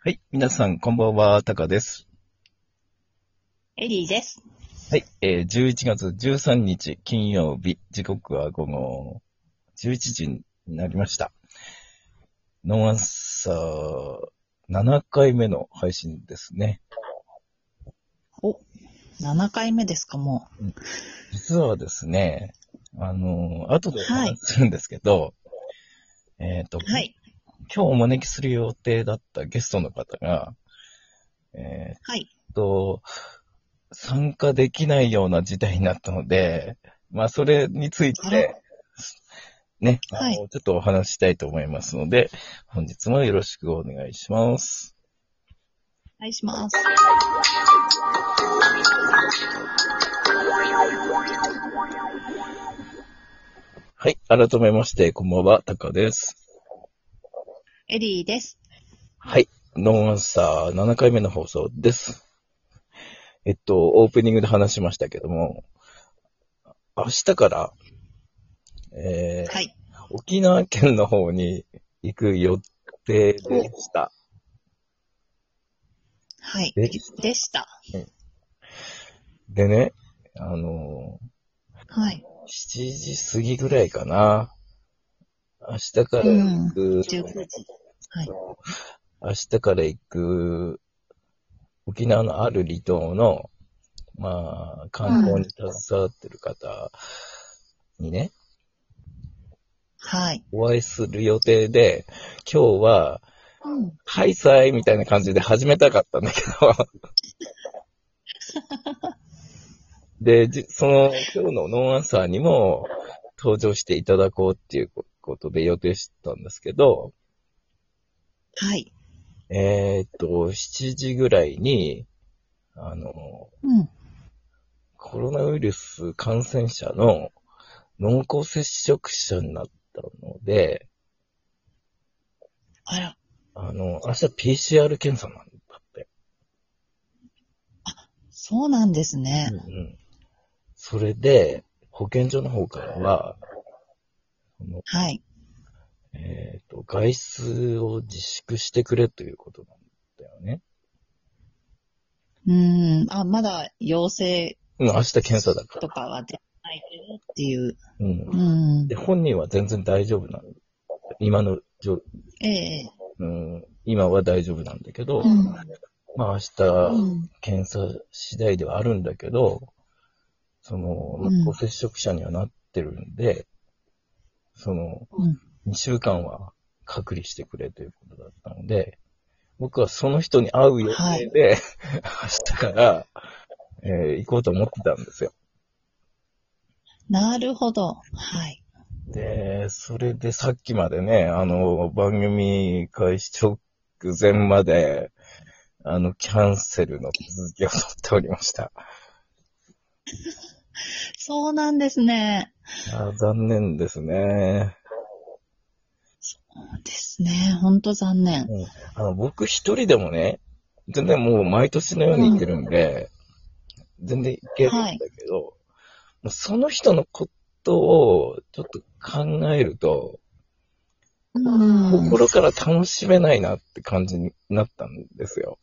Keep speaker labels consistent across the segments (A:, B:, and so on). A: はい。皆さん、こんばんは、タカです。
B: エリーです。
A: はい。えー、11月13日、金曜日、時刻は午後11時になりました。ノンアンサー、7回目の配信ですね。
B: お、7回目ですか、も
A: 実はですね、あのー、後でお
B: はい
A: 話しするんですけど、えっ、と、
B: う。はい。
A: 今日お招きする予定だったゲストの方が、えー、
B: はい。
A: えっと、参加できないような事態になったので、まあ、それについて、ね、あの
B: はい
A: ちょっとお話ししたいと思いますので、本日もよろしくお願いします。
B: お願いします。
A: はい、改めまして、こんばんは、タカです。
B: エリーです。
A: はい、ノンアンサー7回目の放送です。えっと、オープニングで話しましたけども、明日から、えー
B: はい。
A: 沖縄県の方に行く予定でした。
B: はい。
A: で
B: でした。
A: でね、あの
B: はい。
A: ー、7時過ぎぐらいかな。明日から行く、
B: 19時。はい。
A: 明日から行く、沖縄のある離島の、まあ、観光に携わってる方にね、
B: はい。
A: お会いする予定で、今日は、
B: うん。
A: はいさいみたいな感じで始めたかったんだけど。で、じその今日のノンアンサーにも登場していただこうっていうことで予定してたんですけど、
B: はい。
A: えーっと、7時ぐらいに、あの、
B: うん。
A: コロナウイルス感染者の濃厚接触者になったので、
B: あら。
A: あの、明日 PCR 検査なんだって。
B: そうなんですね。
A: うんうんそれで、保健所の方からは、その
B: はい。
A: えっ、と、外出を自粛してくれということなんだよね。
B: うーん。あ、まだ陽性
A: うん、明日検査だか
B: とかは出ないけどっていう。
A: ら。うん
B: う。ん
A: で、。本人は全然大丈夫なの。今のじょ、
B: ええ。
A: うん、今は大丈夫なんだけど、
B: うん
A: まあ明
B: う
A: 日、
B: ん。
A: 検査次第ではあるんだけど、その、
B: うん
A: 濃厚接触者にはなってるんで、その、
B: うん。
A: 2週間は隔離してくれということだったので、僕はその人に会う予定で、 明日から、えー行こうと思ってたんですよ。
B: なるほど。はい。
A: で、それでさっきまでね、あの、番組開始直前まで、あの、キャンセルの手続きを取っておりました。
B: そうなんですね。
A: あー残念ですね。
B: ですね。ほんと残念。
A: あの、僕一人でもね、全然もう毎年のように行ってるんで、全然行けるんだけど、もうその人のことをちょっと考えると、
B: うん。
A: 心から楽しめないなって感じになったんですよ。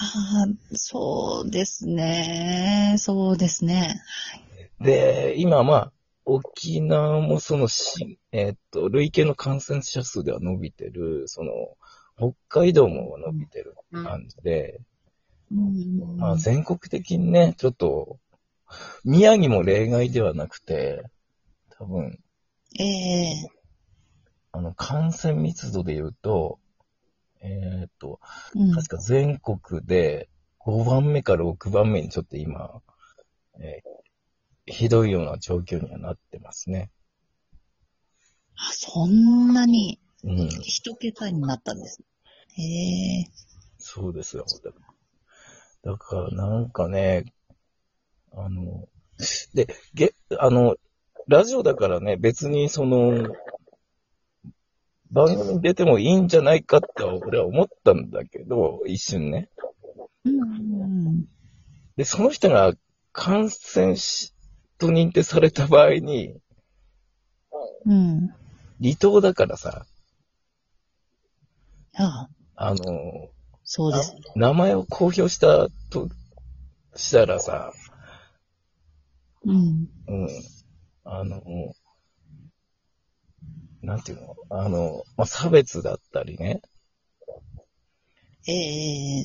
B: ああ、そうですね。そうですね。
A: で、今まあ、沖縄もそのし、えっと、累計の感染者数では伸びてる、その、北海道も伸びてる感じで、
B: うん
A: まあ、全国的にね、ちょっと、宮城も例外ではなくて、多分、
B: ええ
A: あの、感染密度で言うと、えーっと、
B: うん
A: 確か全国で5番目か6番目にちょっと今、えーひどいような状況にはなってますね。
B: あそんなに
A: うん、
B: 一桁になったんです。ええ
A: そうですよ。だから、だからなんかね、あの、で、げ、あの、ラジオだからね、別にその、番組に出てもいいんじゃないかって俺は思ったんだけど、一瞬ね。
B: うん。
A: で、その人が感染し、と認定された場合に、
B: うん。
A: 離島だからさ、
B: ああ、
A: あの、
B: そうですね。
A: 名前を公表したと、したらさ、
B: うん。
A: うん。あの、なんていうのあの、まあ、差別だったりね、
B: ええ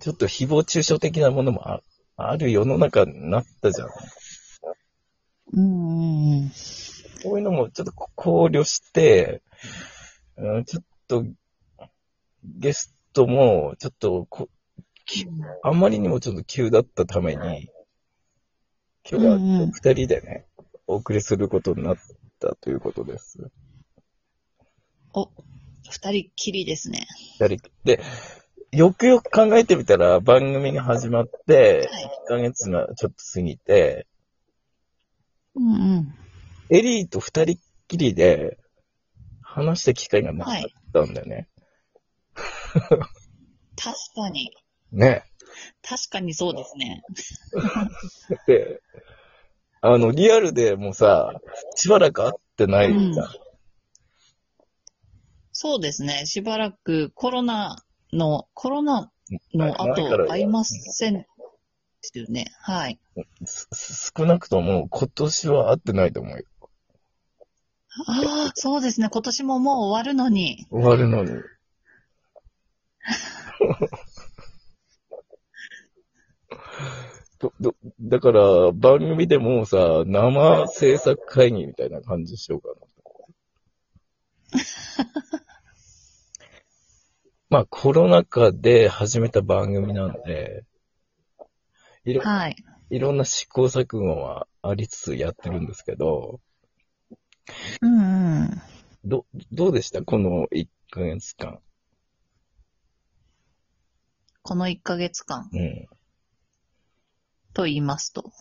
A: ちょっと誹謗中傷的なものもあある世の中になったじゃん。
B: うんうんうん。
A: そういうのもちょっと考慮して、うん、ちょっと、ゲストも、ちょっとこ、きあまりにもちょっと急だったために、今日は
B: うんうん
A: 二人でね、お送りすることになったということです。
B: お、二人きりですね。
A: 二人で、よくよく考えてみたら、番組が始まって、
B: はい。
A: 1ヶ月がちょっと過ぎて、
B: うんうん。
A: エリーと二人っきりで、話した機会がなかったんだよね。
B: 確かに。
A: ね。
B: 確かにそうですね。
A: で、あの、リアルでもさ、しばらく会ってないじゃん。
B: うんそうですね。しばらくコロナの、コロナの
A: 前から
B: 後、会いませんですよね。はい。
A: すす少なくとも今年は会ってないと思うよ。
B: ああ、そうですね。今年ももう終わるのに。
A: 終わるのに。 どどだから、番組でもうさ、生制作会議みたいな感じしようか な。まあ、コロナ禍で始めた番組なんで、いろ
B: はい。
A: いろんな試行錯誤はありつつやってるんですけど、
B: うんうん。
A: ど、どうでしたこの1ヶ月間。
B: この1ヶ月間
A: うん。
B: と言いますと。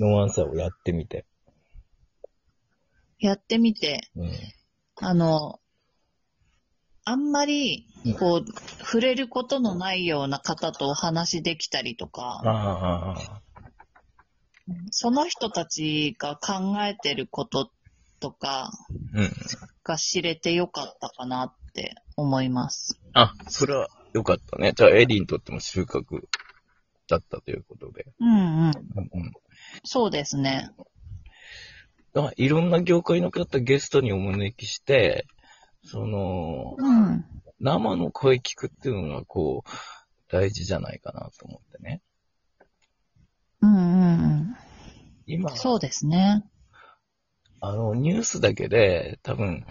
A: ノーアンサーをやってみて。
B: やってみて、
A: うん。
B: あの、あんまり、こう、触れることのないような方とお話できたりとか、
A: ああ、
B: その人たちが考えてることとか
A: うん。
B: が知れてよかったかなって思います。
A: あ、それは良かったね。じゃあ、エリーにとっても収穫だったということで。
B: うんうん。
A: うん。
B: そうですね。
A: あいろんな業界の方ゲストにお招きして、その、
B: うん。
A: 生の声聞くっていうのが、こう、大事じゃないかなと思ってね。
B: うんうん
A: 今
B: うん。、そうですね。
A: あの、ニュースだけで、多分、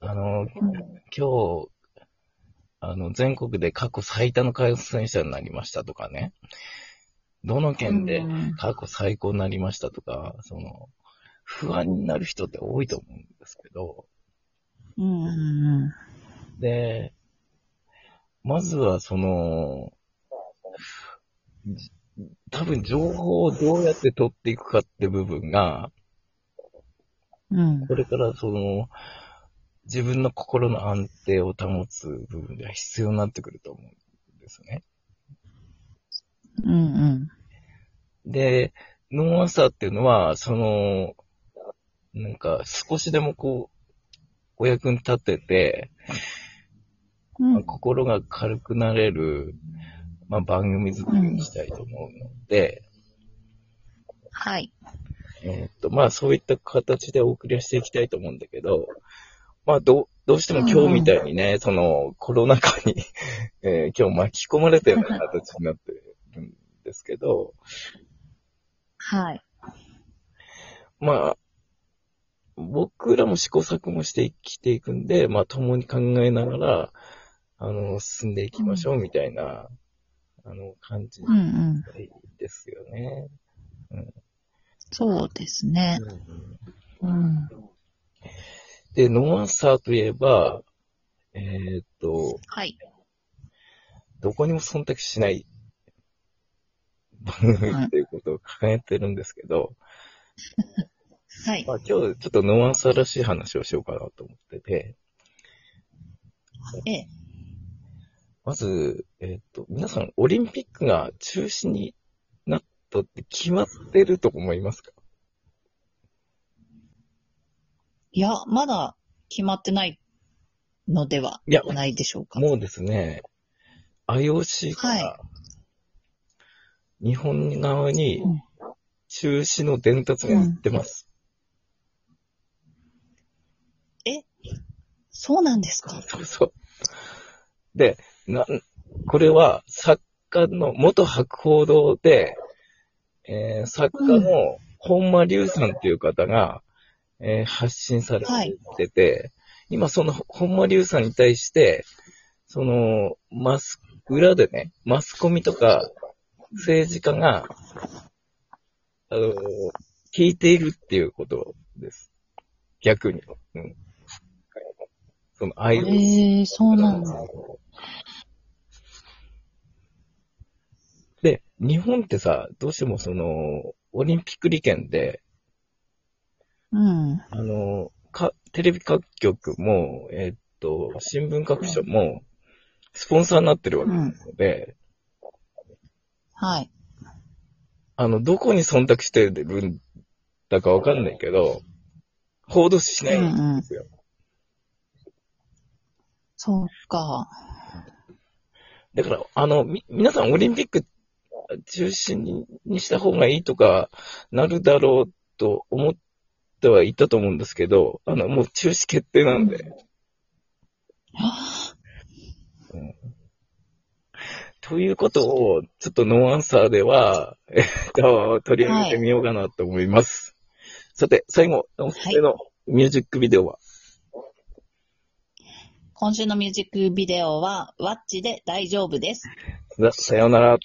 A: あの、
B: うん
A: 今日、あの、全国で過去最多の感染者になりましたとかね。どの県で
B: うんうん
A: 過去最高になりましたとか、その、不安になる人って多いと思うんですけど、
B: うんうんうん。
A: で、まずはその、じ多分情報をどうやって取っていくかって部分が、
B: うん
A: これからその、自分の心の安定を保つ部分では必要になってくると思うんですね。
B: うんうん。
A: で、ノンアンサーっていうのは、その、なんか少しでもこう、お役に立てて、
B: うん
A: まあ心が軽くなれる、まあ、番組作りにしたいと思うので、
B: はい。
A: えーっと、まあそういった形でお送りしていきたいと思うんだけど、まあどう、どうしても今日みたいにね、そのコロナ禍に、 えー今日巻き込まれたような形になってるんですけど、
B: はい。
A: まあ、僕らも試行錯誤して生きていくんで、まあ共に考えながら、あの、進んでいきましょうみたいな、あの、感じ
B: うんうん。
A: ですよね。
B: そうですね。うん。
A: で、ノーアンサーといえば、えーっと、
B: はい。
A: どこにも忖度しない番組っていうことを掲げてるんですけど、
B: はい。
A: まあ今日ちょっとノーアンサーらしい話をしようかなと思ってて、
B: ええ。
A: まず、えーっと、皆さんオリンピックが中止になったって決まってると思いますか
B: いや、まだ決まってないのではい
A: や
B: ないでしょうか。
A: もうですね、 IOC か
B: は
A: ら、日本側に
B: うん
A: 中止の伝達が行ってます。
B: そうなんですか。
A: そうそう。で、な、これは作家の、元白報堂で、えー作家の本間隆さんっていう方が、えー発信されてて、今その本間隆さんに対して、その、マス、裏でね、マスコミとか政治家が、あの、聞いているっていうことです。逆に。うん。その、アイドル
B: ええそうなんだ。
A: で、日本ってさ、どうしてもその、オリンピック利権で、
B: うん。
A: あの、か、テレビ各局も、えっと、新聞各社も、スポンサーになってるわけなので、
B: はい。
A: あの、どこに忖度してるんだかわかんないけど、報道しないんですよ。
B: そうか。
A: だから、あの、み、皆さんオリンピック中止ににした方がいいとか、なるだろうと思ってはいたと思うんですけど、あの、もう中止決定なんで。うんということを、ちょっとノーアンサーでは、えっと、取り上げてみようかなと思います。さて、最後、おすすめのミュージックビデオは、
B: 今週のミュージックビデオは、ワッチで大丈夫です。
A: ささようなら。